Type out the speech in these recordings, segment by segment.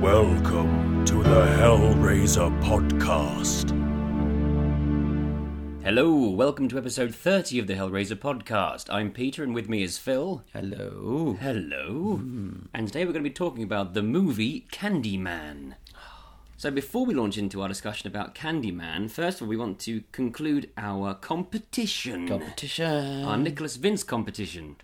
Welcome to the Hellraiser podcast. Hello, welcome to episode 30 of the Hellraiser podcast. I'm Peter, and with me is Phil. Hello. Hello. And today we're going to be talking about the movie Candyman. So, before we launch into our discussion about Candyman, first of all, we want to conclude our competition. Competition. Our Nicholas Vince competition.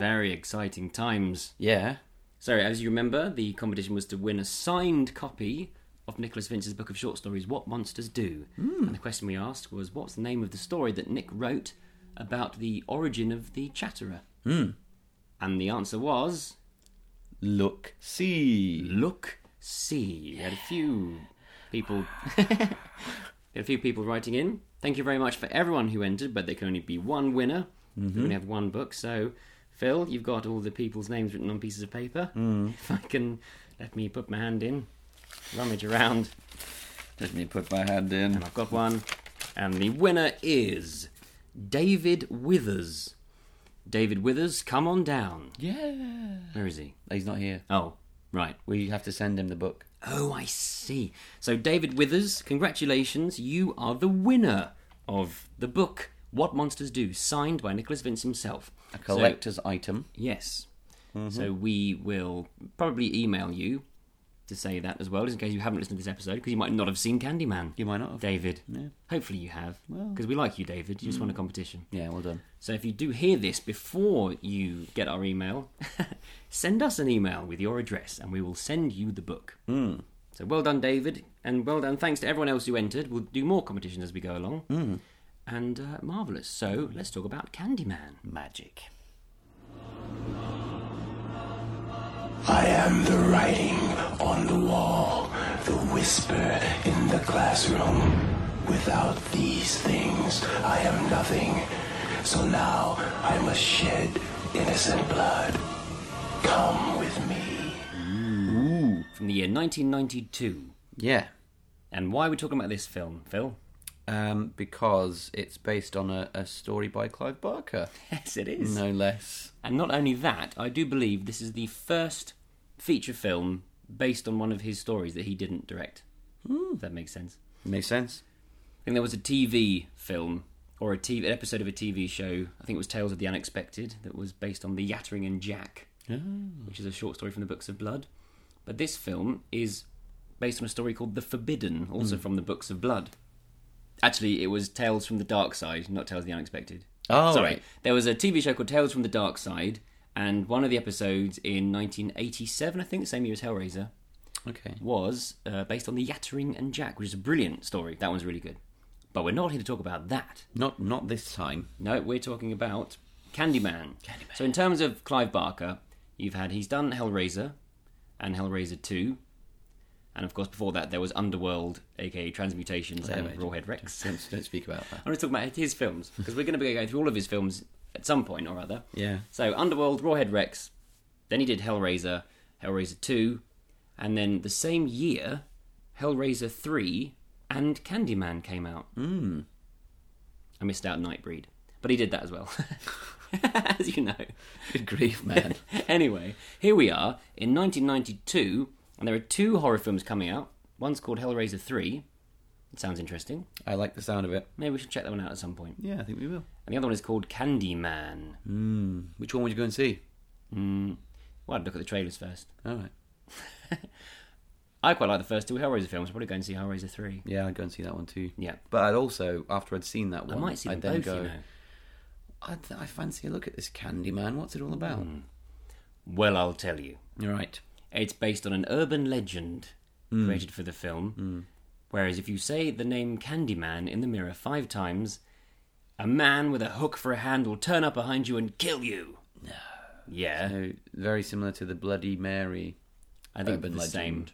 Very exciting times. Yeah. So, as you remember, the competition was to win a signed copy of Nicholas Vince's book of short stories, What Monsters Do. And the question we asked was, what's the name of the story that Nick wrote about the origin of the Chatterer? And the answer was, Look. See. Look, See. We had a few people. we had a few people writing in. Thank you very much for everyone who entered, but there can only be one winner. We only have one book, so Phil, you've got all the people's names written on pieces of paper. If I can, let me put my hand in, rummage around, Let me put my hand in. and I've got one. And the winner is David Withers. David Withers, come on down. Yeah. Where is he? He's not here. Oh, right. We have to send him the book. Oh, I see. So, David Withers, congratulations. You are the winner of the book, What Monsters Do, signed by Nicholas Vince himself. A Mm-hmm. So- collector's item. yes. So, we will probably email you to say that as well, just in case you haven't listened to this episode, because you might not have seen Candyman. You might not have. David. Hopefully, you have, because we like you, David. You just won Mm. a competition. Yeah, well done. So if you do hear this before you get our email, send us an email with your address and we will send you the book. So well done, David, and well done. Thanks to everyone else who entered. We'll do more competitions as we go along. And uh, marvellous. So let's talk about Candyman. Magic. I am the writing on the wall, the whisper in the classroom. Without these things, I am nothing. So now I must shed innocent blood. Come with me. From the year 1992. Yeah. And why are we talking about this film, Phil? Um, because it's based on a, a story by Clive Barker. Yes, it is. No less. And not only that, I do believe this is the first feature film based on one of his stories that he didn't direct. If that makes sense. Makes sense. I think there was a TV film or a TV an episode of a TV show. I think it was Tales of the Unexpected that was based on The Yattering and Jack, Ah. which is a short story from the Books of Blood. But this film is based on a story called The Forbidden, also Hmm. from the Books of Blood. Actually, it was Tales from the Dark Side, not Tales of the Unexpected. Oh, sorry. right. There was a TV show called Tales from the Dark Side, and one of the episodes in 1987, I think, same year as Hellraiser, Okay. was uh, based on the Yattering and Jack, which is a brilliant story. That one's really good. But we're not here to talk about that. Not not this time. No, we're talking about Candyman. Candyman. So in terms of Clive Barker, you've had he's done Hellraiser and Hellraiser Two, and of course before that there was Underworld, aka Transmutations and mate. Rawhead Rex. Don't, don't speak about that. I'm going to talk about his films because we're going to be going through all of his films at some point or other. Yeah. So Underworld, Rawhead Rex, then he did Hellraiser, Hellraiser 2, and then the same year, Hellraiser 3 and Candyman came out. Mm. I missed out Nightbreed, but he did that as well. as you know. Good grief, man. Anyway, here we are in 1992, and there are two horror films coming out. One's called Hellraiser 3. It sounds interesting. I like the sound of it. Maybe we should check that one out at some point. Yeah, I think we will. And the other one is called Candyman. Which one would you go and see? Well, I'd look at the trailers first. All right. I quite like the first two Hellraiser films. I'll probably go and see Hellraiser 3. Yeah, I'd go and see that one too. Yeah. But I'd also, after I'd seen that I one, might see them would then both, go, you know. I, I fancy a look at this Candyman. What's it all about? Hmm. Well, I'll tell you. Right. It's based on an urban legend created for the film. Whereas if you say the name Candyman in the mirror five times, a man with a hook for a hand will turn up behind you and kill you. No. Yeah. So, very similar to the Bloody Mary. I think Urban the same.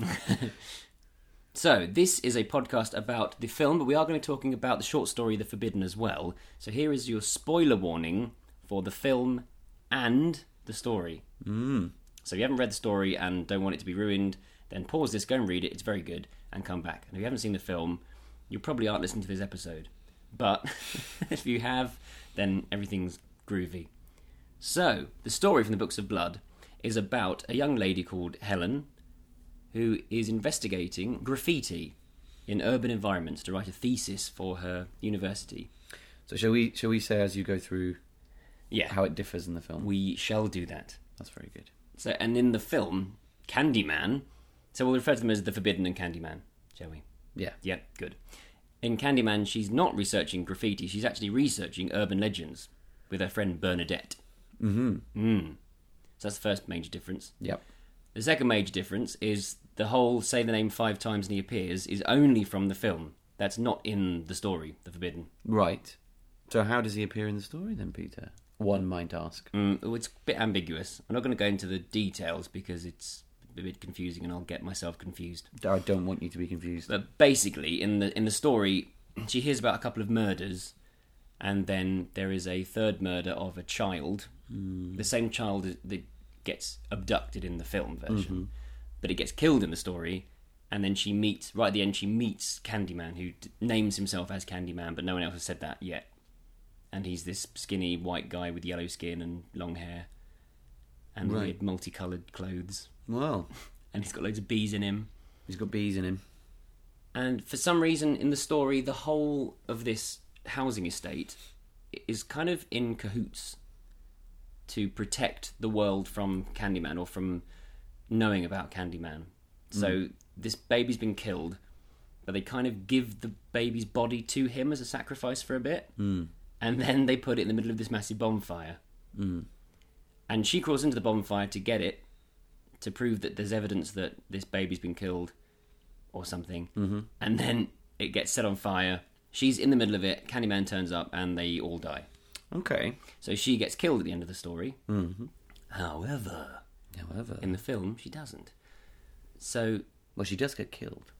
legend. so this is a podcast about the film, but we are going to be talking about the short story "The Forbidden" as well. So here is your spoiler warning for the film and the story. Mm. So if you haven't read the story and don't want it to be ruined, then pause this, go and read it. It's very good, and come back. And if you haven't seen the film, you probably aren't listening to this episode. But if you have, then everything's groovy. So, the story from the Books of Blood is about a young lady called Helen who is investigating graffiti in urban environments to write a thesis for her university. So shall we? Shall we say as you go through Yeah, how it differs in the film? we shall do that. That's very good. So, and in the film, Candyman. So we'll refer to them as the Forbidden and Candyman, shall we? Yeah. Yeah, good. In Candyman, she's not researching graffiti. She's actually researching urban legends with her friend Bernadette. Mm-hmm. So that's the first major difference. Yep. The second major difference is the whole say the name five times and he appears is only from the film. That's not in the story, The Forbidden. Right. So how does he appear in the story then, Peter? One might ask. Mm, oh, it's a bit ambiguous. I'm not going to go into the details because it's a bit confusing and I'll get myself confused. I don't want you to be confused. But uh, basically, in the in the story, she hears about a couple of murders, and then there is a third murder of a child, the same child that gets abducted in the film version, but it gets killed in the story. And then she meets right at the end. She meets Candyman, who d- names himself as Candyman, but no one else has said that yet. And he's this skinny white guy with yellow skin and long hair, and Right. weird multicolored clothes, Well, and he's got loads of bees in him. he's got bees in him. And for some reason, in the story, the whole of this housing estate is kind of in cahoots to protect the world from Candyman or from knowing about Candyman. So this baby's been killed, but they kind of give the baby's body to him as a sacrifice for a bit, mm. and then they put it in the middle of this massive bonfire. And she crawls into the bonfire to get it to prove that there's evidence that this baby's been killed or something. Mm-hmm. And then it gets set on fire. She's in the middle of it. Candyman turns up and they all die. Okay. So she gets killed at the end of the story. Mm-hmm. However, However, in the film, she doesn't. So, well, she does get killed.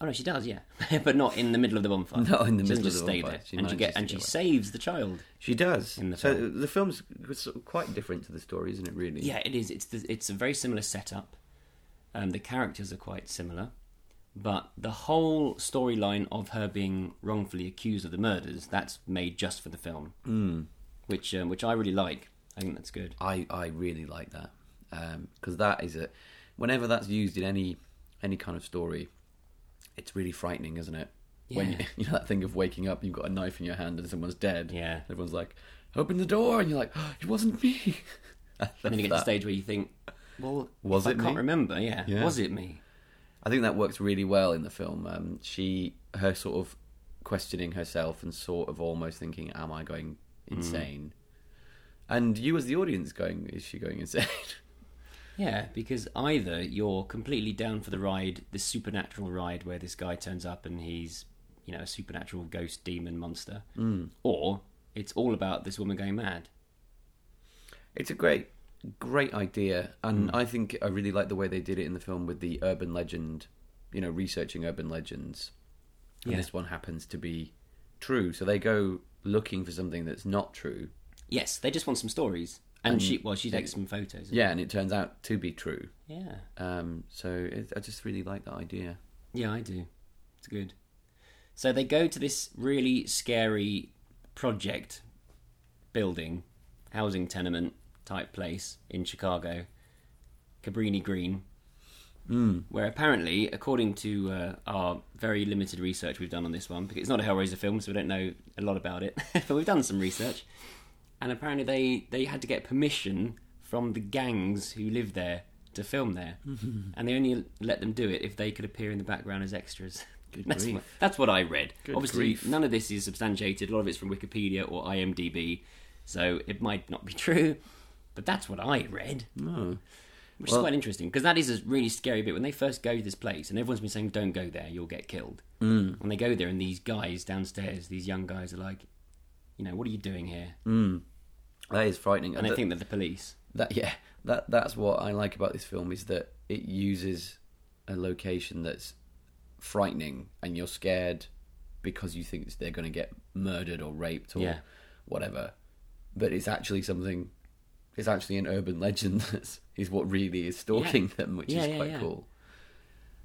oh no, she does, yeah, but not in the middle of the bonfire. Not in the she doesn't middle of just the stay bonfire. there, She and she get manages and to she get away. saves the child. She does. In the so film. the film's sort of quite different to the story, isn't it? Really. Yeah, it is. It's the, it's a very similar setup. Um, the characters are quite similar, but the whole storyline of her being wrongfully accused of the murders that's made just for the film, mm. Hmm. which um, which I really like. I think that's good. I, I really like that because that is a whenever that's used in any any kind of story, it's really frightening, isn't it? When Yeah. you know that thing of waking up, you've got a knife in your hand and someone's dead. Yeah. everyone's like, "Open the door," and you're like, "Oh, "It wasn't me." I, And then you love get to the that. stage where you think, well, Was if it I can't me? remember. Yeah. Yeah. was it me? I think that works really well in the film. Um, she her sort of questioning herself and sort of almost thinking, "Am I going Mm. insane?" And you, as the audience, going, "Is she going insane?" Yeah, because either you're completely down for the ride, this supernatural ride where this guy turns up and he's, you know, a supernatural ghost demon monster, Hmm. mm. or it's all about this woman going mad. It's a great, great idea, and Hmm. I think I really like the way they did it in the film with the urban legend, you know, researching urban legends, and Yeah. this one happens to be true. So they go looking for something that's not true, Yes, they just want some stories. And she, well, she takes some photos. yeah, and it turns out to be true. Yeah. Um, so it, I just really like that idea. Yeah, I do. It's good. So they go to this really scary project building, housing tenement type place in Chicago, Cabrini Green, Hmm. mm. where apparently, according to uh, our very limited research we've done on this one, because it's not a Hellraiser film, so we don't know a lot about it, but we've done some research, and apparently they, they had to get permission from the gangs who live there to film there, and they only let them do it if they could appear in the background as extras. Good that's, grief. what, that's what I read. Good Obviously, grief. none of this is substantiated. A lot of it's from Wikipedia or IMDb, so it might not be true. But that's what I read, No, which Oh. Well- is quite interesting because that is a really scary bit. When they first go to this place, and everyone's been saying, "Don't go there, you'll get killed." Mm. And they go there, and these guys downstairs, these young guys, are like, "You know, what are you doing here?" Mm, that is frightening. And that, they think they're the police. that yeah, that that's what I like about this film is that it uses a location that's frightening and you're scared because you think they're going to get murdered or raped or Yeah. whatever. But it's actually something. It's actually an urban legend that's is what really is stalking Yeah. them, which Yeah, is yeah, quite yeah. cool.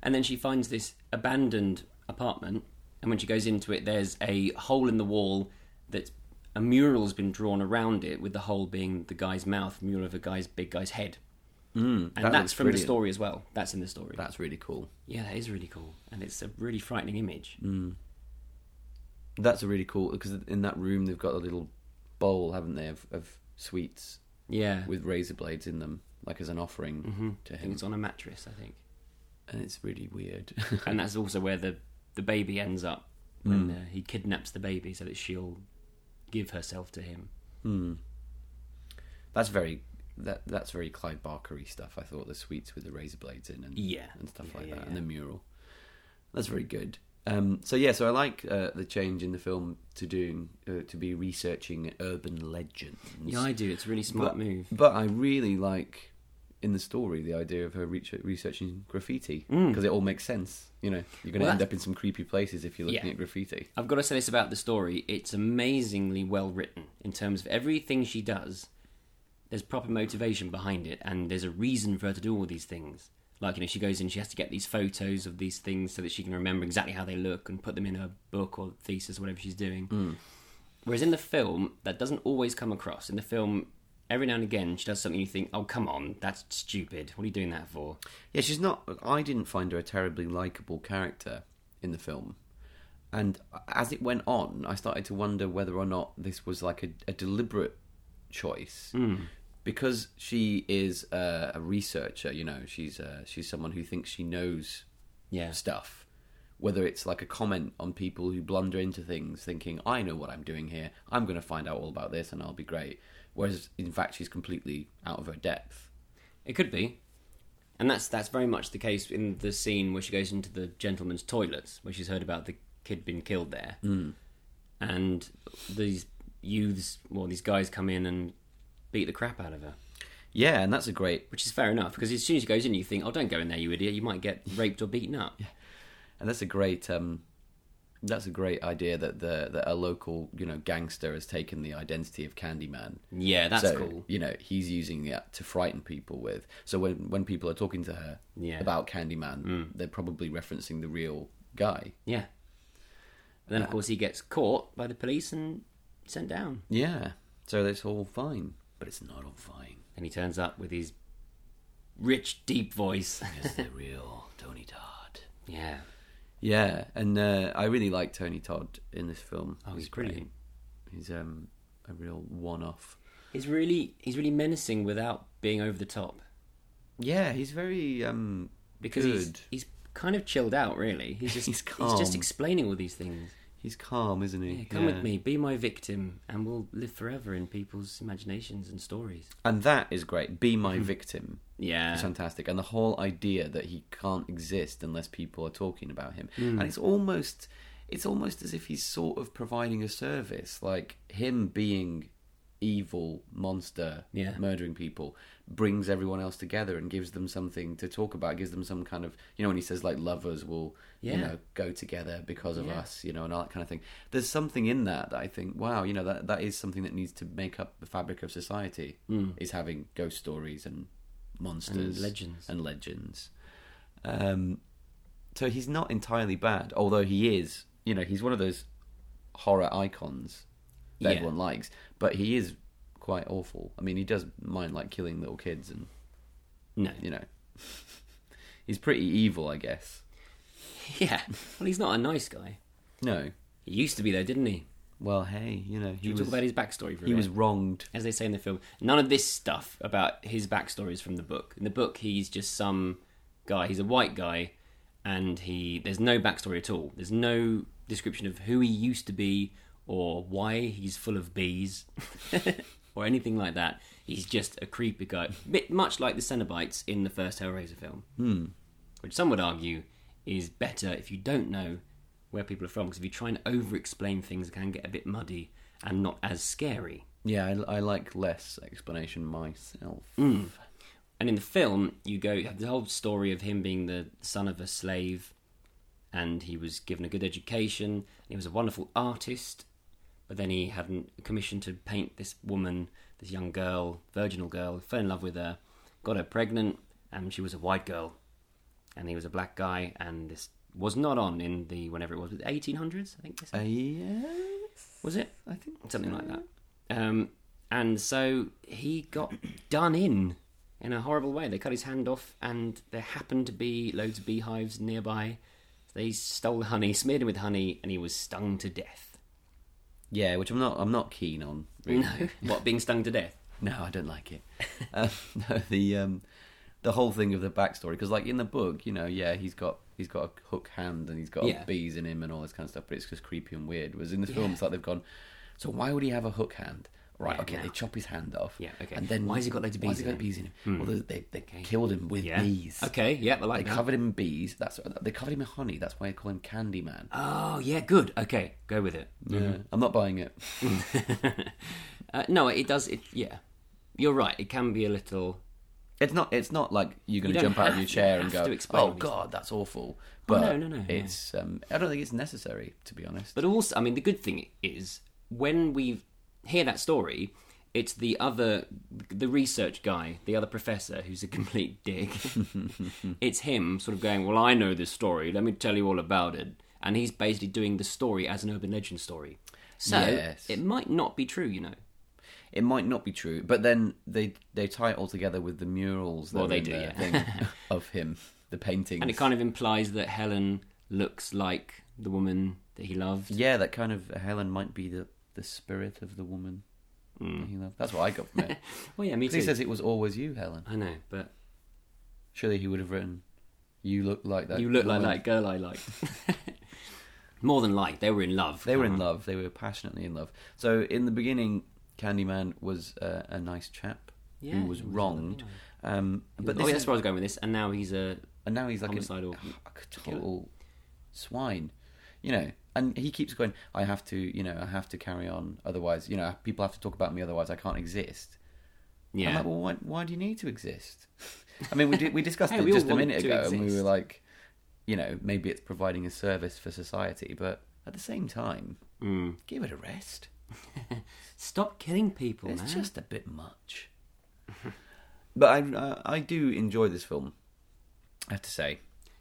And then she finds this abandoned apartment, and when she goes into it, there's a hole in the wall that a mural's been drawn around it, with the hole being the guy's mouth, mural of a guy's big guy's head. Mm, and that's looks from the brilliant. story as well. That's in the story. That's really cool. yeah, that is really cool, and it's a really frightening image. Mm. That's a really cool because in that room they've got a little bowl, haven't they, of, of sweets Yeah, with razor blades in them, like as an offering to I think him, it's on a mattress. I think, and it's really weird. and that's also where the the baby ends up Mm. when uh, he kidnaps the baby so that she'll give herself to him. that's very that that's very Clive Barkery stuff. I thought the sweets with the razor blades in and Yeah. and stuff Yeah, like yeah, that, yeah. and the mural. That's very good. Um, so yeah, so I like uh, the change in the film to doing uh, to be researching urban legends. Yeah, I do. It's a really smart but, move. But I really like in the story the idea of her reach researching graffiti because it all makes sense. You know, you're going to Mm. Well, end that's- up in some creepy places if you're looking Yeah. at graffiti. I've got to say this about the story. It's amazingly well written in terms of everything she does. There's proper motivation behind it, and there's a reason for her to do all these things. Like, you know, she goes in, she has to get these photos of these things so that she can remember exactly how they look and put them in her book or thesis or whatever she's doing. Whereas in the film, that doesn't always come across. In the film, every now and again, she does something you think, oh, come on, that's stupid. What are you doing that for? Yeah, she's not. I didn't find her a terribly likable character in the film. And as it went on, I started to wonder whether or not this was like a, a deliberate choice. Because she is a, a researcher, you know, she's uh she's someone who thinks she knows Yeah. stuff. Whether it's like a comment on people who blunder into things thinking, I know what I'm doing here, I'm going to find out all about this and I'll be great. Whereas in fact, she's completely out of her depth. It could be, and that's that's very much the case in the scene where she goes into the gentleman's toilets, where she's heard about the kid being killed there, Hmm. mm. and these youths, well, these guys come in and beat the crap out of her, Yeah, and that's a great which is fair enough because as soon as she goes in, you think, oh, don't go in there, you idiot, you might get raped or beaten up. And that's a great um, that's a great idea that the that a local you know gangster has taken the identity of Candyman. Yeah, that's so, cool. You know, he's using that to frighten people with. So when when people are talking to her Yeah. about Candyman, they're probably referencing the real guy. Yeah, and Uh, then of course he gets caught by the police and sent down, Yeah. So that's all fine, but it's not all fine. and he turns up with his rich, deep voice. It's the real Tony Todd. yeah, Oh, Yeah, and uh, I really like Tony Todd in this film. Oh, he's great. brilliant. He's um, a real one-off. He's really he's really menacing without being over the top Yeah, he's very um because good. he's he's kind of chilled out really. He's just He's he's, calm. just explaining all these things. He's calm, isn't he? Yeah, come Yeah. with me, be my victim, and we'll live forever in people's imaginations and stories. And that is great. Be Mm-hmm. my victim. It's Yeah, fantastic. And the whole idea that he can't exist unless people are talking about him. Hmm. And it's almost it's almost as if he's sort of providing a service. Like him being evil monster Yeah. murdering people brings everyone else together and gives them something to talk about gives them some kind of you know when he says like lovers will you Yeah. know go together because of Yeah. us you know and all that kind of thing there's something in that that i think wow you know that that is something that needs to make up the fabric of society Hmm. is having ghost stories and monsters And legends. and legends um so he's not entirely bad although he is you know he's one of those horror icons that Yeah. everyone likes but he is quite awful i mean he does mind like killing little kids and no, you know he's pretty evil i guess yeah. Well, he's not a nice guy. no He used to be though, didn't he? well hey you know he We was talk about his backstory. For a he bit. was wronged as they say in the film, none of this stuff about his backstory is from the book. In the book, he's just some guy. He's a white guy, and he there's no backstory at all. There's no description of who he used to be or why he's full of bees or anything like that. He's just a creepy guy, bit much like the Cenobites in the first Hellraiser film, hmm. which some would argue is better if you don't know where people are from. Because if you try and over-explain things, it can get a bit muddy and not as scary. yeah i, I like less explanation myself Mm. And in the film, you go you have the whole story of him being the son of a slave, and he was given a good education. And he was a wonderful artist, but then he had a commission to paint this woman, this young girl, virginal girl, fell in love with her, got her pregnant, and she was a white girl, and he was a black guy, and this was not on in the whenever it was the 1800s, I think. They Uh, said. yes was it i think something like that? Um, and so he got done in in a horrible way. They cut his hand off, and there happened to be loads of beehives nearby. They stole honey, smeared him with honey, and he was stung to death. Yeah, which I'm not. I'm not keen on. Really. No, what being stung to death? No, I don't like it. um, no, the um, the whole thing of the backstory because, like in the book, you know, yeah, he's got he's got a hook hand and he's got Yeah. bees in him and all this kind of stuff, but it's just creepy and weird. Whereas in the film, it's like they've gone. So why would he have a hook hand? Right, Yeah, okay, no. they chop his hand off. Yeah, okay. And then Why has he got loads of why has bees he in him? got Hmm. bees in him? Well, they they, they killed him with Yeah. bees. Okay, yeah, I They like that. covered him in bees. That's they covered him in honey. That's why they call him Candyman. Oh yeah, good. Okay, go with it. Yeah, I'm not buying it. Uh, no, it does. It yeah, you're right. It can be a little. It's not. It's not like you're going You to don't jump out of have your to- chair and have go, to explain "Oh these God, that's awful." But no, no, no, no. It's. Um, I don't think it's necessary, to be honest. But also, I mean, the good thing is when we hear that story, it's the other, the research guy, the other professor who's a complete dick. it's him sort of going, Well, I know this story, let me tell you all about it. And he's basically doing the story as an urban legend story. So Yes. it might not be true, you know. it might not be true. But then they they tie it all together with the murals. That Well, are they in do, the yeah. thing of him, the paintings, And it kind of implies that Helen looks like the woman that he loved. yeah, that kind of Helen might be the the spirit of the woman. that he loved. That's what I got from it. Well, yeah, Hmm. me 'Cause he too. says it was always you, Helen. I know, but Surely he would have written, "You look like that." you look like woman." that girl I liked. More than like, they were in love. They were come in love. They were passionately in love. So in the beginning, Candyman was uh, a nice chap Yeah, who was he was wronged, um, but oh, this yeah, is, that's where I was going with this. And now he's a and now he's like an- homicidal a total swine, you know. And he keeps going. I have to, you know, I have to carry on. Otherwise, you know, people have to talk about me. Otherwise, I can't exist. I'm yeah. like, well, why, why do you need to exist? I mean, we did, we discussed Hey, it we all just a want minute to ago, and we exist. were like, you know, maybe it's providing a service for society, but at the same time, give it a rest. Stop killing people, It's man. just a bit much. but I, I I do enjoy this film. I have to say.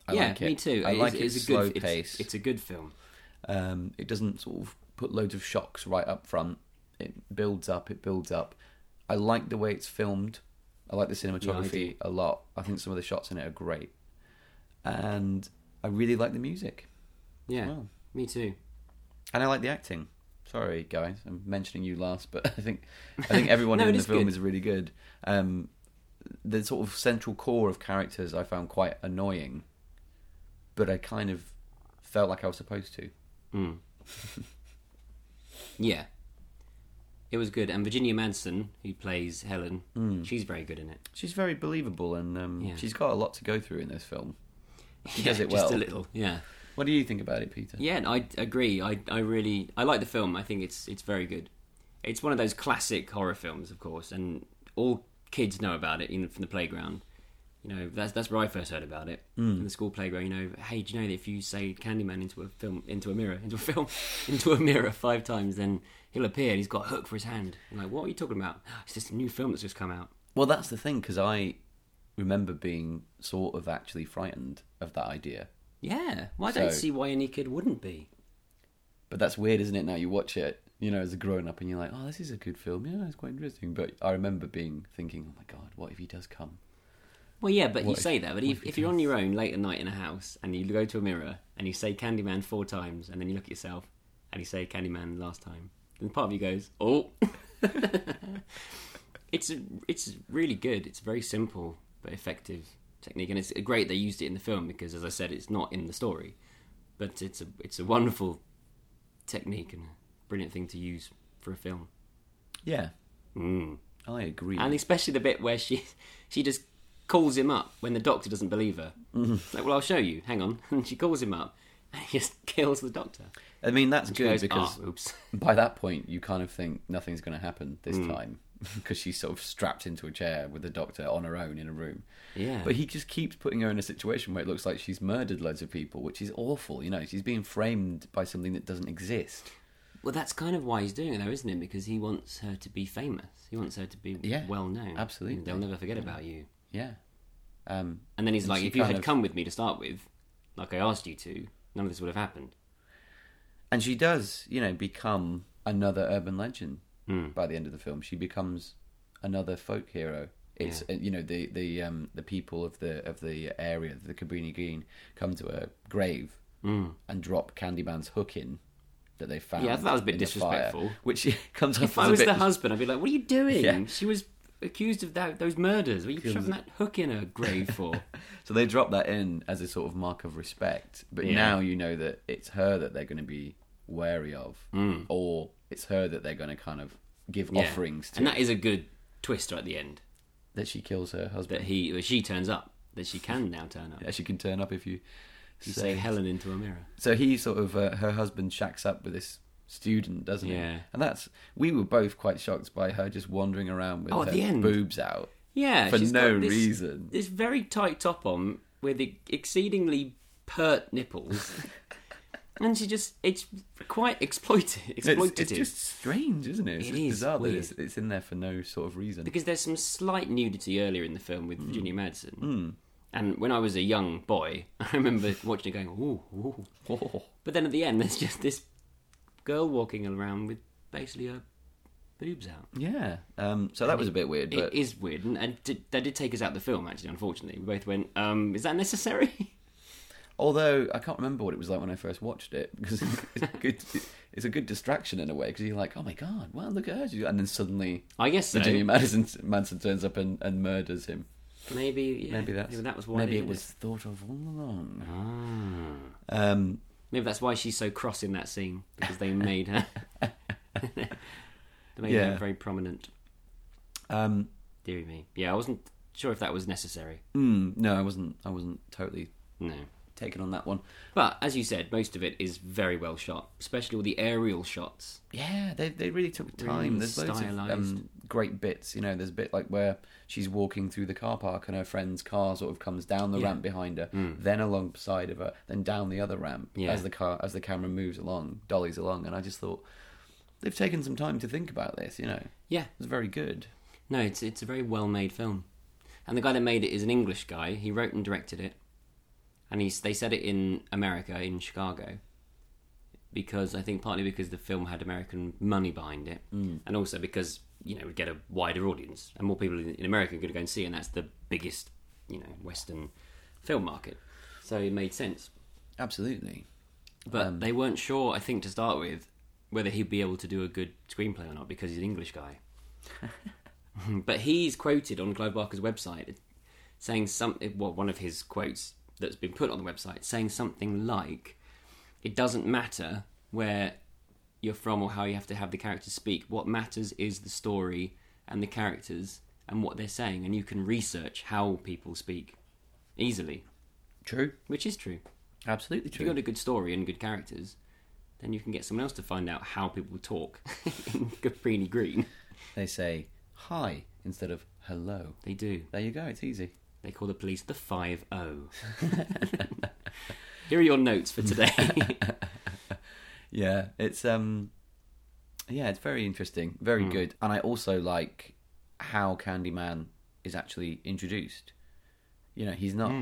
I yeah, like it. me too. I It is- like it its is a slow good, it's- pace. It's, a good film. Um, it doesn't sort of put loads of shocks right up front. It builds up. It builds up. I like the way it's filmed. I like the cinematography a lot. I think some of the shots in it are great, and I really like the music, Yeah, Wow. me too. and I like the acting. Sorry, guys, I'm mentioning you last, but I think I think everyone No, in it the is film good. is really good. Um, the sort of central core of characters I found quite annoying, but I kind of felt like I was supposed to. Yeah, it was good. And Virginia Madsen, who plays Helen, Hmm. she's very good in it. She's very believable, and um, Yeah. she's got a lot to go through in this film. She yeah, does it Just well. a little. Yeah, What do you think about it, Peter? yeah. and I agree. I I really I like the film. I think it's it's very good. It's one of those classic horror films, of course, and all kids know about it, even from the playground. You know, that's that's where I first heard about it in the school playground. You know, hey, do you know that if you say Candyman into a film, into a mirror, into a film, into a mirror five times, then he'll appear and he's got a hook for his hand. I'm like, what are you talking about? It's this new film that's just come out. Well, that's the thing because I remember being sort of actually frightened of that idea. Yeah, well, I don't So- see why any kid wouldn't be. But that's weird, isn't it? Now you watch it, you know, as a grown up, and you're like, "Oh, this is a good film. Yeah, it's quite interesting." But I remember being thinking, "Oh my god, what if he does come?" Well, yeah, but you if- say that. But if, if you're on your own late at night in a house and you go to a mirror and you say Candyman four times and then you look at yourself and you say Candyman last time, then part of you goes, oh. it's it's really good. It's a very simple but effective technique, and it's great they used it in the film because, as I said, it's not in the story, but it's a it's a wonderful technique and a brilliant thing to use for a film. Yeah, I agree. Mm. and especially the bit where she she just calls him up when the doctor doesn't believe her. It's Mm-hmm. like, well, I'll show you. Hang on, and she calls him up, and he just kills the doctor. I mean, that's She good goes, because "Ah, oops, by that point, you kind of think nothing's going to happen this Mm. time because she's sort of strapped into a chair with the doctor on her own in a room. Yeah. But he just keeps putting her in a situation where it looks like she's murdered loads of people, which is awful. You know, she's being framed by something that doesn't exist. well, that's kind of why he's doing it, though, isn't it? Because he wants her to be famous. He wants her to be Yeah, well known. absolutely. they'll never forget about you. Yeah. Um, And then he's like, she if you kind had of- come with me to start with, like I asked you to, none of this would have happened. and she does, you know, become Hmm. another urban legend by the end of the film. She becomes another folk hero. It's uh you know the the um, the people of the of the area, the Kabuni Green, come to a grave and drop Candyman's hook in that they found. Hmm. Yeah, I thought that was a bit in the fire, disrespectful. which comes off If I as was a bit the husband, I'd be like, "What are you doing? Yeah. She was accused of that those murders. What are you shoving that hook in her grave for?" So they drop that in as a sort of mark of respect, but Yeah. now you know that it's her that they're going to be wary of, or it's her that they're going to kind of give Hmm. Yeah. offerings to. and That-, that is a good twist right at the end she kills her that husband. he that she turns up that she can now turn up. Yeah, she can turn up if you. You say- say Helen into a mirror. So he sort of uh, her husband shacks up with this student, doesn't he? Yeah. And that's we were both quite shocked by her just wandering around with Oh, at her the end. boobs out. Yeah, For she's no got this- reason. This very tight top on with e- exceedingly pert nipples, and she just—it's quite exploited, exploitative. It's, it's just strange, isn't it? It's It just is bizarre weird. that it's, it's in there for no sort of reason. because there's some slight nudity earlier in the film Hmm. with Virginia Madsen. And when I was a young boy, I remember watching it going, ooh, ooh. Oh. But then at the end, there's just this girl walking around with basically her boobs out. Yeah. Um, so that was a bit weird, but it is weird, and, and did, that did take us out of the film, actually, unfortunately. We both went, um, is that necessary? although I can't remember what it was like when I first watched it because it's good. It's a good distraction in a way because you're like, oh my god, wow, look at her, She's- and then suddenly I guess so. Virginia Madison Manson turns up and, and murders him. Maybe, yeah, Maybe that's that was why maybe they it did was thought of all along. Ah. Um, Maybe that's why she's so cross in that scene because they made her. they made Yeah. her very prominent. um, Dear me. Yeah, I wasn't sure if that was necessary. mm, no, I wasn't. I wasn't totally No. taken on that one. But as you said, most of it is very well shot, especially all the aerial shots. Yeah, they they really took time. Really there's loads of um, stylised. great bits. You know, there's a bit like where she's walking through the car park and her friend's car sort of comes down the ramp behind her, then alongside of her, then down the other ramp Hmm. Yeah. as the car as the camera moves along, dollies along, and I just thought they've taken some time to think about this. You know, Yeah. it's very good. No, it's it's a very well made film, and the guy that made it is an English guy. He wrote and directed it, and he's they set it in America in Chicago, because I think partly because the film had American money behind it, and also because you know it would get a wider audience and more people in, in America are going to go and see, it, and that's the biggest you know Western film market, so it made sense. Absolutely. But they weren't sure, I think, to start with, whether he'd be able to do a good screenplay or not because he's an English guy. but he's quoted on Clive Barker's website saying something, well, one of his quotes that's been put on the website saying something like, It doesn't matter where you're from or how you have to have the characters speak. What matters is the story and the characters and what they're saying, and you can research how people speak easily, True. which is true. Absolutely If true. you've got a good story and good characters, then you can get someone else to find out how people talk in Caprini Green. They say hi instead of hello. They do. There you go. It's easy. They call the police the 5 0. Here are your notes for today. Yeah, it's um yeah, it's very interesting, very good. And I also like how Candyman is actually introduced. You know, he's not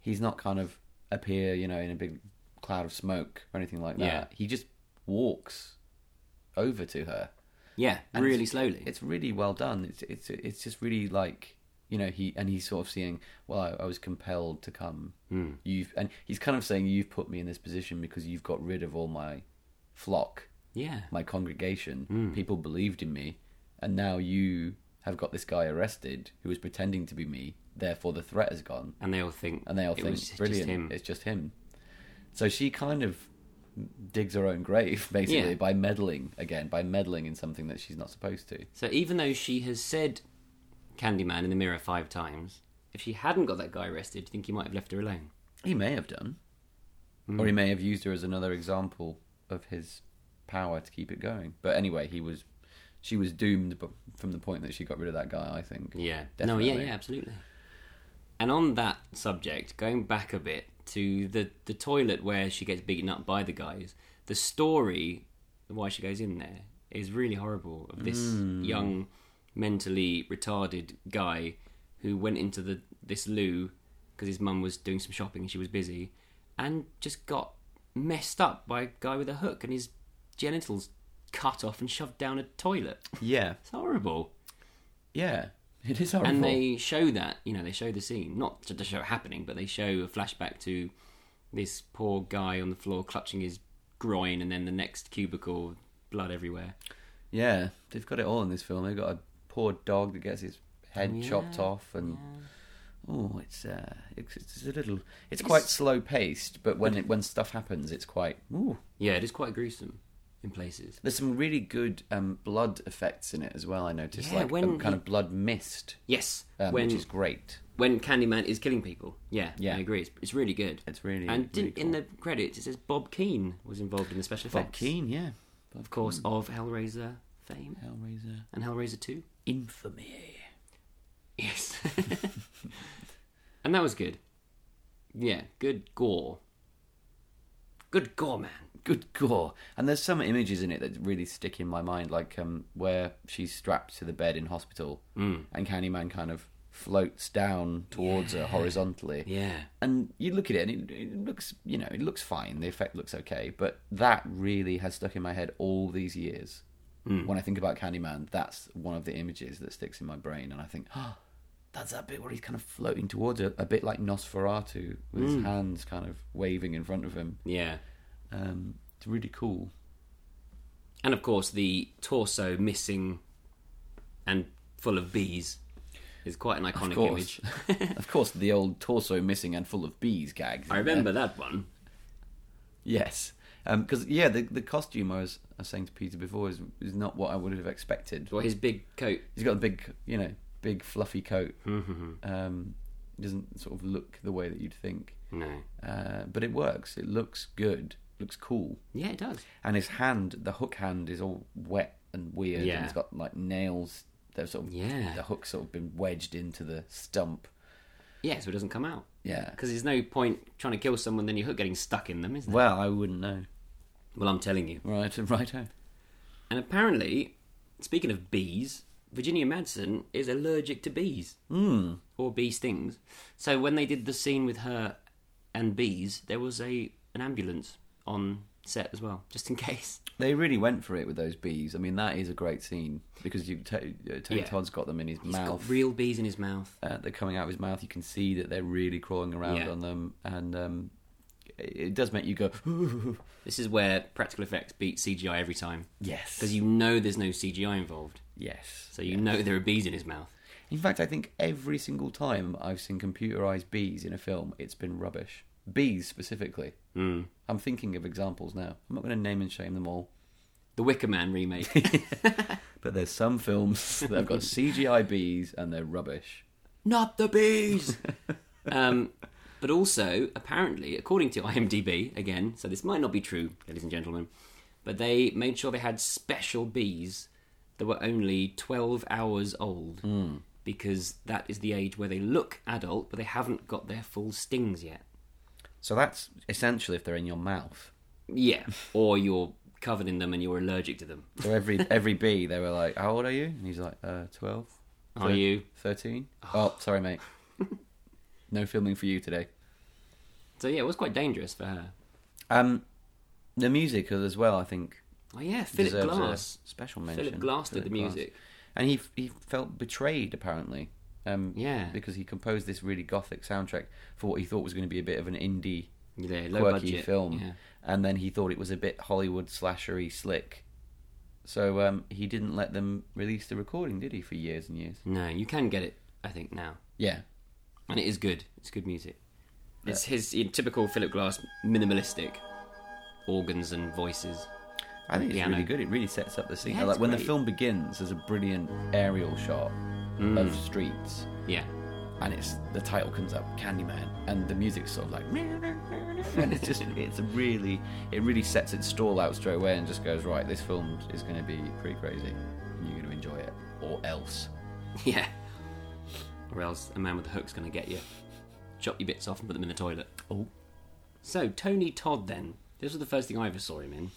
he's not kind of appear, you know, in a big cloud of smoke or anything like that. Yeah. He just walks over to her. yeah, And really it's- slowly. It's really well done. It's it's it's just really like you know he and he's sort of seeing well I, I was compelled to come. Hmm. Mm. You've and he's kind of saying you've put me in this position because you've got rid of all my flock, yeah. my congregation. Hmm. People believed in me, and now you have got this guy arrested who was pretending to be me. Therefore, the threat is gone, And they all think and they all it think was just brilliant. him. It's just him. So she kind of digs her own grave basically Yeah. by meddling again by meddling in something that she's not supposed to. So even though she has said Candyman in the mirror five times, if she hadn't got that guy arrested, do you think he might have left her alone? He may have done. Or he may have used her as another example of his power to keep it going. But anyway, he was she was doomed b- from the point that she got rid of that guy, I think. Yeah. Definitely. No, yeah, yeah, absolutely. And on that subject, going back a bit to the the toilet where she gets beaten up by the guys, the story why she goes in there is really horrible of this young mentally retarded guy who went into the this loo because his mum was doing some shopping and she was busy and just got messed up by a guy with a hook and his genitals cut off and shoved down a toilet. Yeah. It's horrible. Yeah. It is horrible. and they show that you know they show the scene not to to show it happening but they show a flashback to this poor guy on the floor clutching his groin and then the next cubicle blood everywhere Yeah, they've got it all in this film. They've got a poor dog that gets his head chopped off, and oh, it's uh, it's, it's a little, it's, quite slow paced. But when it when stuff happens, it's quite. Ooh. yeah it is quite gruesome in places There's some really good um, blood effects in it as well. I noticed, Yeah, like when um, kind he- of blood mist, yes um, when which is great. when Candyman is killing people yeah Yeah. I agree it's, it's really good It's really- and really didn't- in the credits it says Bob Keane was involved in the special Bob effects Keane, yeah, of course of Hellraiser fame Hellraiser, and Hellraiser 2 infamy. Yes. and that was good. Yeah, good gore. Good gore, man. good gore. And there's some images in it that really stick in my mind, like um, where she's strapped to the bed in hospital, and Candyman kind of floats down towards her horizontally. Yeah. And you look at it, and it, it looks, you know, it looks fine. The effect looks okay, but that really has stuck in my head all these years. Hmm. When I think about Candyman, that's one of the images that sticks in my brain, and I think, oh, that's that bit where he's kind of floating towards her, a bit like Nosferatu, with his Hmm. hands kind of waving in front of him. Yeah. Um, it's really cool. And of course, the torso missing and full of bees is quite an iconic Of course. image. of course, the old torso missing and full of bees gag. I remember that one. Yes. Because, yeah, the, the costume, I was, I was saying to Peter before, is, is not what I would have expected. Well, his big coat. He's got a big, you know, big fluffy coat. Mm-hmm. um, doesn't sort of look the way that you'd think. No. Uh, but it works. It looks good. Looks cool. Yeah, it does. And his hand, the hook hand, is all wet and weird. Yeah. And it's got, like, nails. They're sort of, Yeah. The hook's sort of been wedged into the stump. Yeah, so it doesn't come out. Yeah. Because there's no point trying to kill someone, then your hook getting stuck in them, is there? Well, I wouldn't know. Well, I'm telling you. Right, right. And apparently, speaking of bees, Virginia Madsen is allergic to bees mm. Hmm. or bee stings. So when they did the scene with her and bees, there was a an ambulance on set as well, just in case. They really went for it with those bees. I mean, that is a great scene because you Tony uh, Tony Yeah. Todd's got them in his He's mouth. got real bees in his mouth. uh, they're coming out of his mouth. You can see that they're really crawling around Yeah. on them, and um, it, it does make you go, This is where practical effects beat CGI every time yes, because you know there's no CGI involved, yes. so you know there are bees in his mouth. In fact, I think every single time I've seen computerized bees in a film, it's been rubbish. Bees specifically. Mm. I'm thinking of examples now. I'm not going to name and shame them all, The Wicker Man remake. but there's some films that have got CGI bees and they're rubbish. not the bees. um, but also, apparently, according to IMDb, again, so this might not be true, ladies and gentlemen, but they made sure they had special bees that were only 12 hours old Hmm. because that is the age where they look adult, but they haven't got their full stings yet. So that's essentially if they're in your mouth. Yeah, or you're covered in them and you're allergic to them. So every every bee, they were like, "How old are you?" And he's like, uh, 12. Are you? 13? Ah. Oh, sorry, mate. No filming for you today. So, yeah, it was quite dangerous for her. Um, the music as well, I think, Oh, yeah, Philip deserves a Glass. special mention. Glass did the music. and he he felt betrayed apparently. Um, Yeah. because he composed this really gothic soundtrack for what he thought was going to be a bit of an indie Yeah, low quirky budget. film, Yeah. and then he thought it was a bit Hollywood slashery slick. So um, he didn't let them release the recording, did he? For years and years. No, you can get it, I think, now. Yeah, and it is good. It's good music. It's his you know, typical Philip Glass minimalistic organs and voices. I think it's Piano. really good. It really sets up the scene. Yeah, like it's when the great. film begins, there's a brilliant aerial shot Mm. of streets, Yeah, and it's the title comes up, Candyman, and the music's sort of like, and it's just it's a really it really sets its stall out straight away and just goes right. This film is going to be pretty crazy, and you're going to enjoy it, or else. yeah. Or else a man with a hook's going to get you, chop your bits off and put them in the toilet. Oh. So Tony Todd then. This was the first thing I ever saw him in,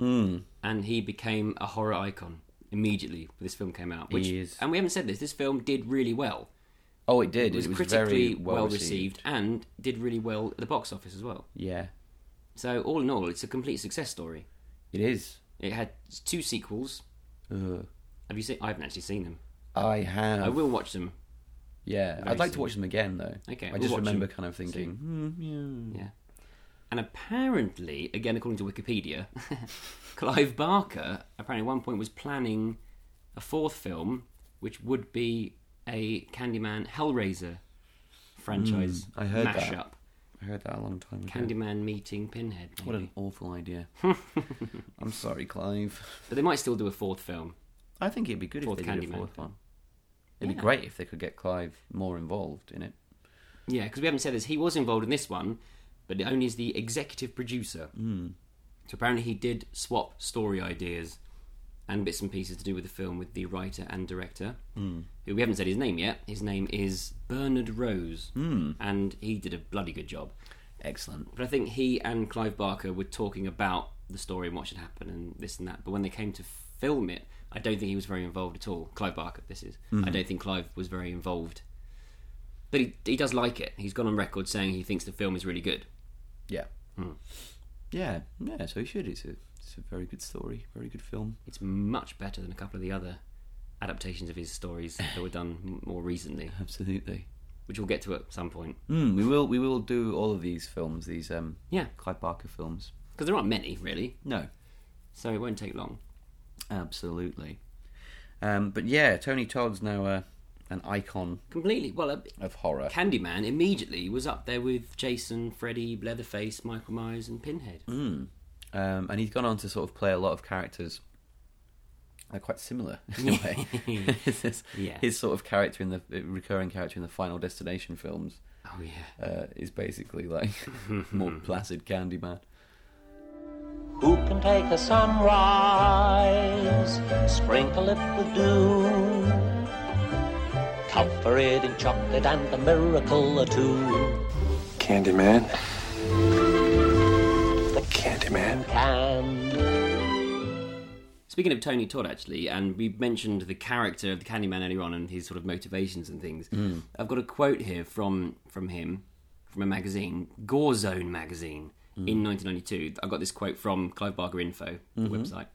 Hmm. and he became a horror icon immediately when this film came out. Which, He is- And we haven't said this. This film did really well. Oh, it did. It was, very critically well, received. and did really well at the box office as well. Yeah, So all in all, it's a complete success story. it is. It had two sequels. Ugh. Have you seen? I haven't actually seen them. I have. I will watch them. Yeah, Very I'd like soon. to watch them again though. Okay, I we'll just watch remember them kind of thinking, hmm, yeah. Yeah. And apparently, again, according to Wikipedia, Clive Barker apparently at one point was planning a fourth film, which would be a Candyman Hellraiser franchise Hmm, I heard that. mashup. I heard that a long time ago. Candyman meeting Pinhead. What maybe. an awful idea. I'm sorry, Clive. But they might still do a fourth film. I think it'd be good Fourth if they did a Candyman fourth film. one. It'd Yeah. be great if they could get Clive more involved in it. Yeah, because we haven't said this. He was involved in this one, but only as the executive producer. Mm. So apparently he did swap story ideas and bits and pieces to do with the film with the writer and director, mm. who we haven't said his name yet. His name is Bernard Rose, mm. and he did a bloody good job. Excellent. But I think he and Clive Barker were talking about the story and what should happen and this and that. But when they came to film it, I don't think he was very involved at all. Clive Barker, this is. I don't think Clive was very involved. But he, he does like it. He's gone on record saying he thinks the film is really good. Yeah. Hmm. Yeah, yeah, so he should. It's a, it's a very good story, very good film. It's much better than a couple of the other adaptations of his stories that were done m- more recently, Absolutely. which we'll get to at some point. Mm, we will we will do all of these films, these um, Yeah, Clive Barker films. because there aren't many, really, No, so it won't take long. absolutely. Um, but yeah, Tony Todd's now uh, an icon Completely. Well, uh, of horror. Candyman immediately was up there with Jason, Freddy, Leatherface, Michael Myers, and Pinhead. um, and he's gone on to sort of play a lot of characters that are quite similar in a way. It's his, Yeah. his sort of character in the uh, recurring character in the Final Destination films Oh yeah. uh, is basically like more placid Candyman. Who can take a sunrise, sprinkle it with dew, cover it in chocolate and a miracle or two? Candyman. Candyman. Can Speaking of Tony Todd, actually, and we mentioned the character of the Candyman earlier on and his sort of motivations and things. I've got a quote here from from him from a magazine, Gore Zone magazine, in 1992. I got this quote from Clive Barker Info, the website,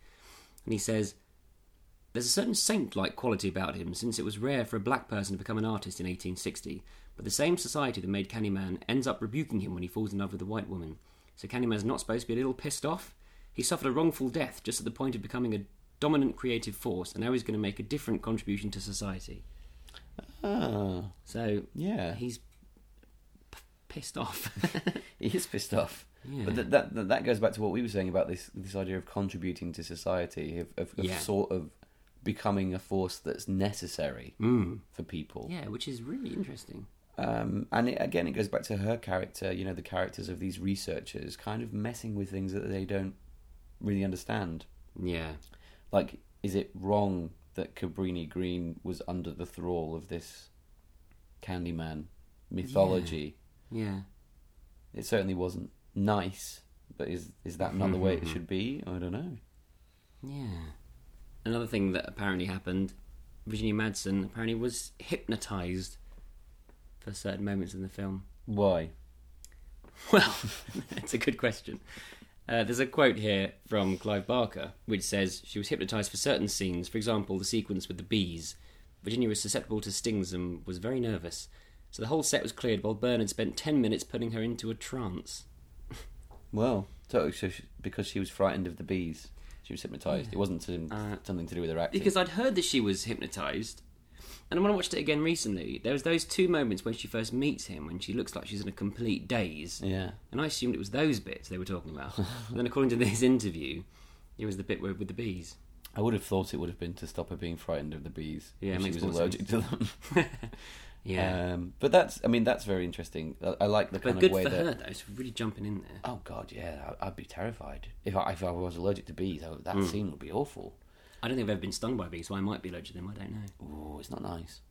and he says. There's a certain saint like quality about him, since it was rare for a black person to become an artist in 1860. But the same society that made Candyman ends up rebuking him when he falls in love with a white woman. So Candyman's not supposed to be a little pissed off? He suffered a wrongful death just at the point of becoming a dominant creative force, and now he's going to make a different contribution to society. Ah, So yeah, he's p- pissed off. he is pissed off. Yeah. But that, that that- that goes back to what we were saying about this this idea of contributing to society, of, of, of Yeah. sort of becoming a force that's necessary for people. Mm. yeah, which is really interesting. Um, and it, again, it goes back to her character, you know, the characters of these researchers kind of messing with things that they don't really understand. Yeah. Like, is it wrong that Cabrini Green was under the thrall of this Candyman mythology? Yeah. It certainly wasn't nice, but is is that not the way it should be? I don't know. Yeah. Another thing that apparently happened, Virginia Madsen apparently was hypnotized for certain moments in the film. Why? Well, it's a good question. Uh, there's a quote here from Clive Barker, which says she was hypnotized for certain scenes. For example, the sequence with the bees. Virginia was susceptible to stings and was very nervous. So the whole set was cleared while Bernard spent 10 minutes putting her into a trance. Well, so, so she, because she was frightened of the bees, she was hypnotized. It wasn't some- something to do with her acting. Uh, because I'd heard that she was hypnotized, and when I watched it again recently, there was those two moments when she first meets him, when she looks like she's in a complete daze, yeah, and I assumed it was those bits they were talking about. and then, according to this interview, it was the bit where, with the bees. I would have thought it would have been to stop her being frightened of the bees. Yeah, it if she makes was more allergic to them. Yeah, Um, but that's, I mean, that's very interesting. I, I like the Uh, but kind good of way for that. her though. It's really jumping in there. Oh God, yeah, I, I'd be terrified if I, if I was allergic to bees. I, would- Hmm. that scene would be awful. I don't think I've ever been stung by bees, so I might be allergic to them. I don't know. Oh, it's not nice.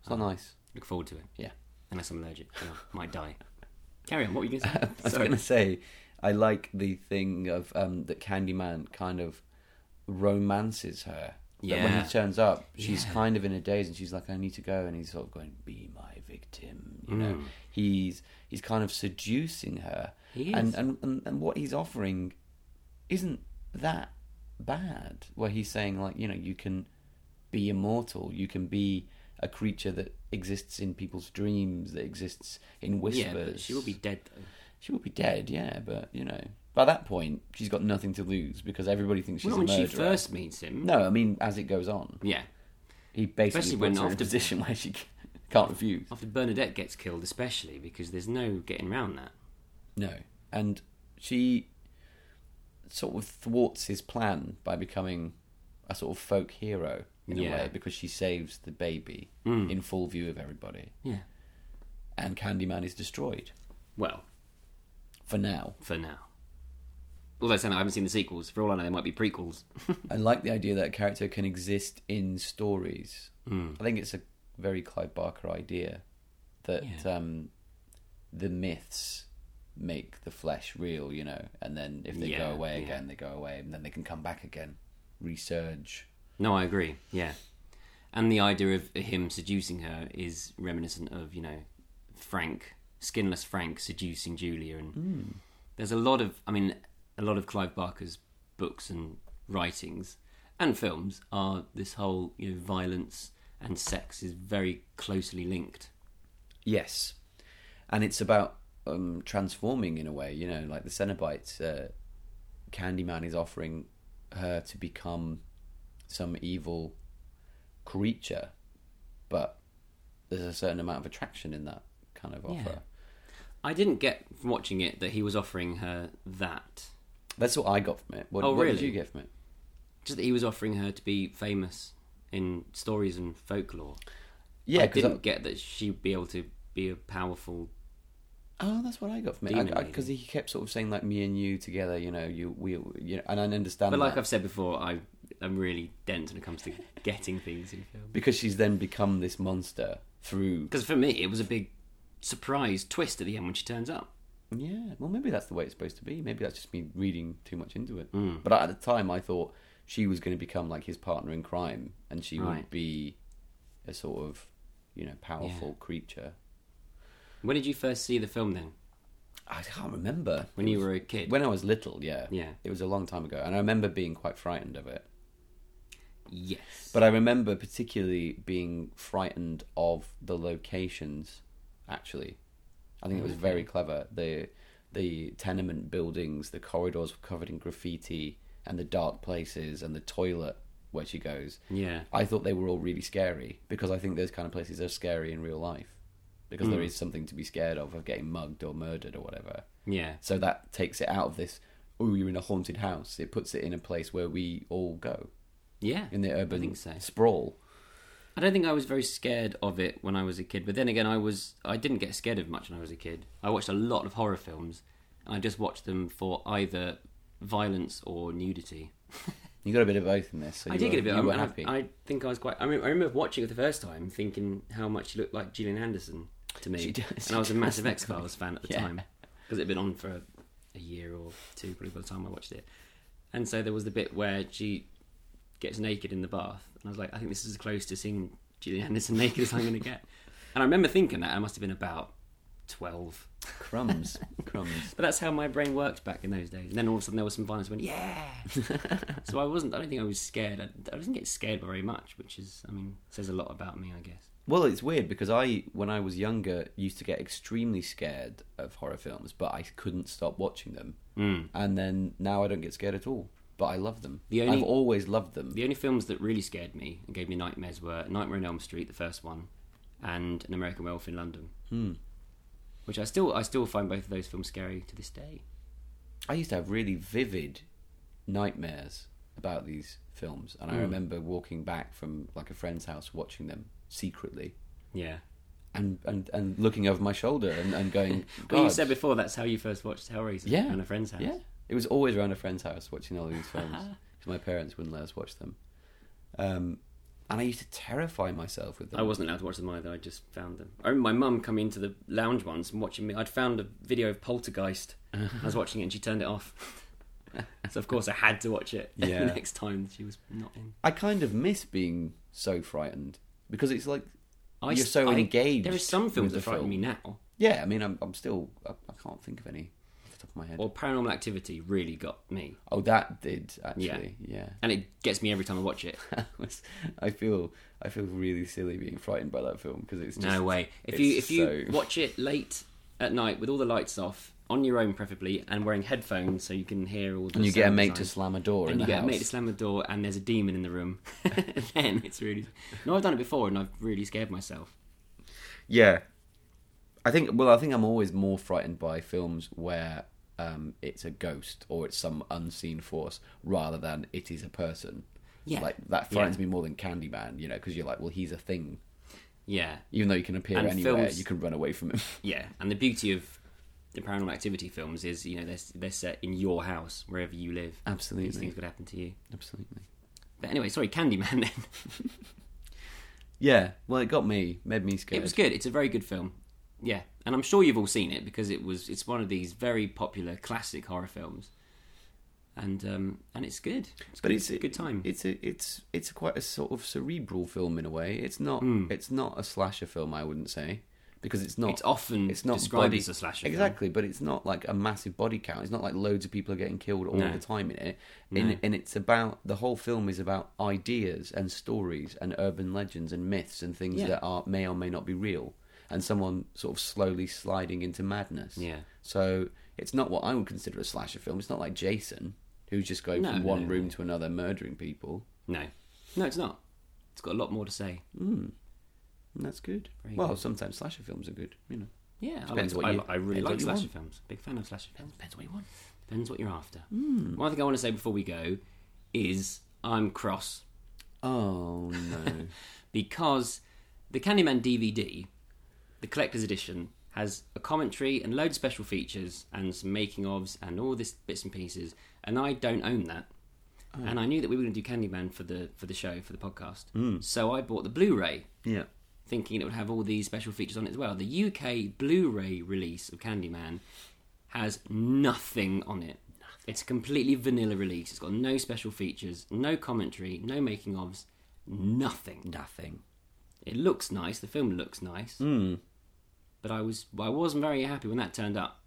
It's Hmm. not nice. Look forward to it, Yeah, unless I'm allergic, then I might die. Carry on. What were you going I to say? was Sorry. going to say, I like the thing of um, that Candyman kind of romances her. That when Yeah. he turns up, she's kind of in a daze, and she's like, "I need to go," and he's sort of going, "Be my victim," you Mm. know. He's he's kind of seducing her, He is. and, and and and what he's offering isn't that bad. Where he's saying like, you know, you can be immortal. You can be a creature that exists in people's dreams, that exists in whispers. Yeah, but she will be dead though. She will be dead, yeah, but you know, by that point, she's got nothing to lose because everybody thinks she's Not a when she murderer. first meets him. No, I mean as it goes on, Yeah. he basically Especially when puts her in a after- position where she c- can't refuse. After Bernadette gets killed, especially because there's no getting round that. No, and she sort of thwarts his plan by becoming a sort of folk hero in Yeah. Hmm. a way because she saves the baby in full view of everybody, Yeah. and Candyman is destroyed Well, for now. for now. Although saying that, I haven't seen the sequels. For all I know, they might be prequels. I like the idea that a character can exist in stories. Hmm. I think it's a very Clive Barker idea that um, the myths make the flesh real, you know, and then if they Yeah, go away yeah. again, they go away, and then they can come back again, resurge. No, I agree. Yeah, and the idea of him seducing her is reminiscent of you know Frank, skinless Frank, seducing Julia, and there's a lot of I mean a lot of Clive Barker's books and writings and films are this whole you know violence and sex is very closely linked. Yes, and it's about um, transforming in a way. You know, like the Cenobites, uh, Candyman is offering her to become some evil creature, but there's a certain amount of attraction in that kind of offer. I didn't get from watching it that he was offering her that, That's what I got from it. What, Oh, what did really? you get from it? just that he was offering her to be famous in stories and folklore. Yeah, I 'cause didn't get that she'd be able to be a powerful. Oh, that's what I got from Demon it. lady. Because he kept sort of saying like me and you together. You know, you we you know, and I understand. But like that. I've said before, I I'm really dense when it comes to getting things in film. because she's then become this monster through Because for me, it was a big surprise twist at the end when she turns up. Yeah, well, maybe that's the way it's supposed to be. Maybe that's just me reading too much into it. Hmm. But at the time, I thought she was going to become like his partner in crime, and she Right. would be a sort of, you know, powerful creature. When did you first see the film then? I can't remember When you were a kid? when I was little. Yeah, Yeah. it was a long time ago, and I remember being quite frightened of it. yes. But I remember particularly being frightened of the locations. Actually, I think it was very clever. the The tenement buildings, the corridors were covered in graffiti, and the dark places, and the toilet where she goes. Yeah. I thought they were all really scary because I think those kind of places are scary in real life because there is something to be scared of of getting mugged or murdered or whatever. Yeah. So that takes it out of this. Oh, you're in a haunted house. It puts it in a place where we all go Yeah. in the urban I think so. sprawl. I don't think I was very scared of it when I was a kid, but then again, I was I didn't get scared of much when I was a kid. I watched a lot of horror films, and I just watched them for either violence or nudity. You got a bit of both in this. So I you did were, get a bit. You I, were I- happy. I think I was quite. I, mean, I remember watching it the first time, thinking how much she looked like Gillian Anderson to me, She does- and I was a she does massive look X Files fan at the yeah. time because it'd been on for a, a year or two, probably by the time I watched it. And so there was the bit where she gets naked in the bath, and I was like, I think this is as close to seeing Gillian Anderson naked as I'm going to get. And I remember thinking that I must have been about twelve. Crumbs, crumbs. But that's how my brain worked back in those days. And then all of a sudden there was some violence. I went, yeah. so I wasn't. I don't think I was scared. I, I didn't get scared very much, which is, I mean, says a lot about me, I guess. Well, it's weird because I, when I was younger, used to get extremely scared of horror films, but I couldn't stop watching them. Hmm. Mm. And then now I don't get scared at all, but I love them. The only- I've always loved them. The only films that really scared me and gave me nightmares were Nightmare on Elm Street, the first one, and An American Werewolf in London. Hmm. Which I still, I still find both of those films scary to this day. I used to have really vivid nightmares about these films, Hmm. and I remember walking back from like a friend's house watching them secretly. Yeah. And, and, and looking over my shoulder and, and going, Well, you "God." said before that's how you first watched Hellraiser. Yeah. And a friend's house. Yeah. It was always around a friend's house watching all these films because my parents wouldn't let us watch them. Um, and I used to terrify myself with them. I wasn't allowed to watch them either. I just found them. I remember my mum coming into the lounge once and watching me. I'd found a video of Poltergeist. I was watching it and she turned it off. so of course I had to watch it Yeah. the next time she was not in. I kind of miss being so frightened because it's like I you're s- so I- engaged. There are some films with that the frighten film. me now. Yeah, I mean, I'm, I'm still. I, I can't think of any off the top of my head. Or Paranormal Activity really got me, Oh, that did actually. Yeah. and it gets me every time I watch it. That was, I feel I feel really silly being frightened by that film because it's just, No way. If it's you if you so- watch it late at night with all the lights off, on your own preferably, and wearing headphones so you can hear all the. And you get a sound mate to design. slam a door in And you the get a house. mate to slam the door, and there's a demon in the room. then it's really. No, I've done it before, and I've really scared myself. Yeah. I think well, I think I'm always more frightened by films where um, it's a ghost or it's some unseen force rather than it is a person. Yeah. Like that frightens Yeah. me more than Candyman, you know, because you're like, well, he's a thing. Yeah, Even though you can appear And anywhere, films- you can run away from him. yeah. And the beauty of the Paranormal Activity films is, you know, they're they're set in your house, wherever you live. These Absolutely. things could happen to you. Absolutely. But anyway, sorry, Candyman. Then Yeah. Well, it got me, made me scared. it was good. It's a very good film. Yeah, and I'm sure you've all seen it because it was it's one of these very popular classic horror films, and um and it's good. It's but good- it's a good time. It's a it's it's quite a sort of cerebral film in a way. It's not it's not a slasher film, I wouldn't say, because it's not Hmm. It's often described Mm. as a slasher film. Exactly, but it's not like a massive body count. It's not like loads of people are getting killed all No. the time in it. And, and it's about the whole film is about ideas and stories and urban legends and myths and things Yeah. that are may or may not be real. And someone sort of slowly sliding into madness. Yeah. So it's not what I would consider a slasher film. It's not like Jason, who's just going No, from no, one no. room to another murdering people. No, no, it's not. It's got a lot more to say. And that's good. Very well, good. sometimes slasher films are good, you know. Yeah, I, Depends like, what I, you- I really depends like slasher what you want. films. Big fan of slasher films. Depends what you want. Depends what you're after. Hmm. One thing I want to say before we go is I'm cross Oh no. because the Candyman DVD, the collector's edition, has a commentary and loads of special features and some making ofs and all this bits and pieces, and I don't own that. Oh. And I knew that we were going to do Candyman for the for the show for the podcast, Hmm. so I bought the Blu-ray, yeah. thinking it would have all these special features on it as well. The UK Blu-ray release of Candyman has nothing on it. It's a completely vanilla release. It's got no special features, no commentary, no making ofs, nothing. Nothing. It looks nice. The film looks nice. But I was I wasn't very happy when that turned up.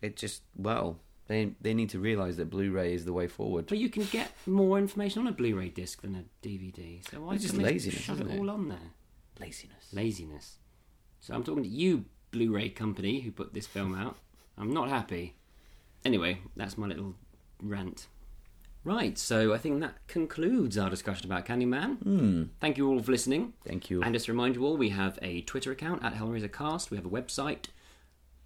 It just well, they they need to realise that Blu-ray is the way forward. But you can get more information on a Blu-ray disc than a DVD. So why It's just can't they laziness, Shove it isn't it? all on there. Laziness. Laziness. So I'm talking to you, Blu-ray company, who put this film out. I'm not happy. Anyway, that's my little rant. Right, so I think that concludes our discussion about Candyman. Hmm. Thank you all for listening. Thank you. And just to remind you all, we have a Twitter account at HellraiserCast. We have a website,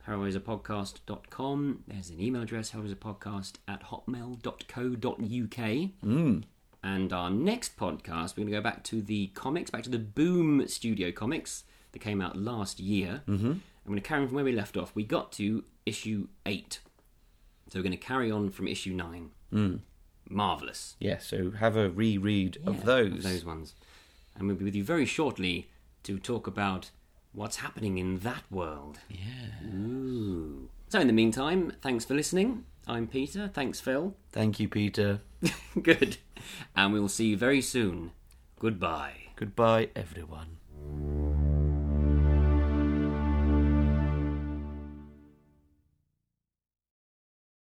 hellraiserpodcast.com. There's an email address, hellraiserpodcast at hotmail.co.uk. And our next podcast, we're going to go back to the comics, back to the Boom Studio comics that came out last year. Mm-hmm. I'm going to carry on from where we left off. We got to issue eight. So we're going to carry on from issue nine. Marvellous. Yeah, so have a reread Yeah, of those. those ones. And we'll be with you very shortly to talk about what's happening in that world. Yeah. Ooh. So, in the meantime, thanks for listening. I'm Peter. Thanks, Phil. Thank you, Peter. Good. And we will see you very soon. Goodbye. Goodbye, everyone.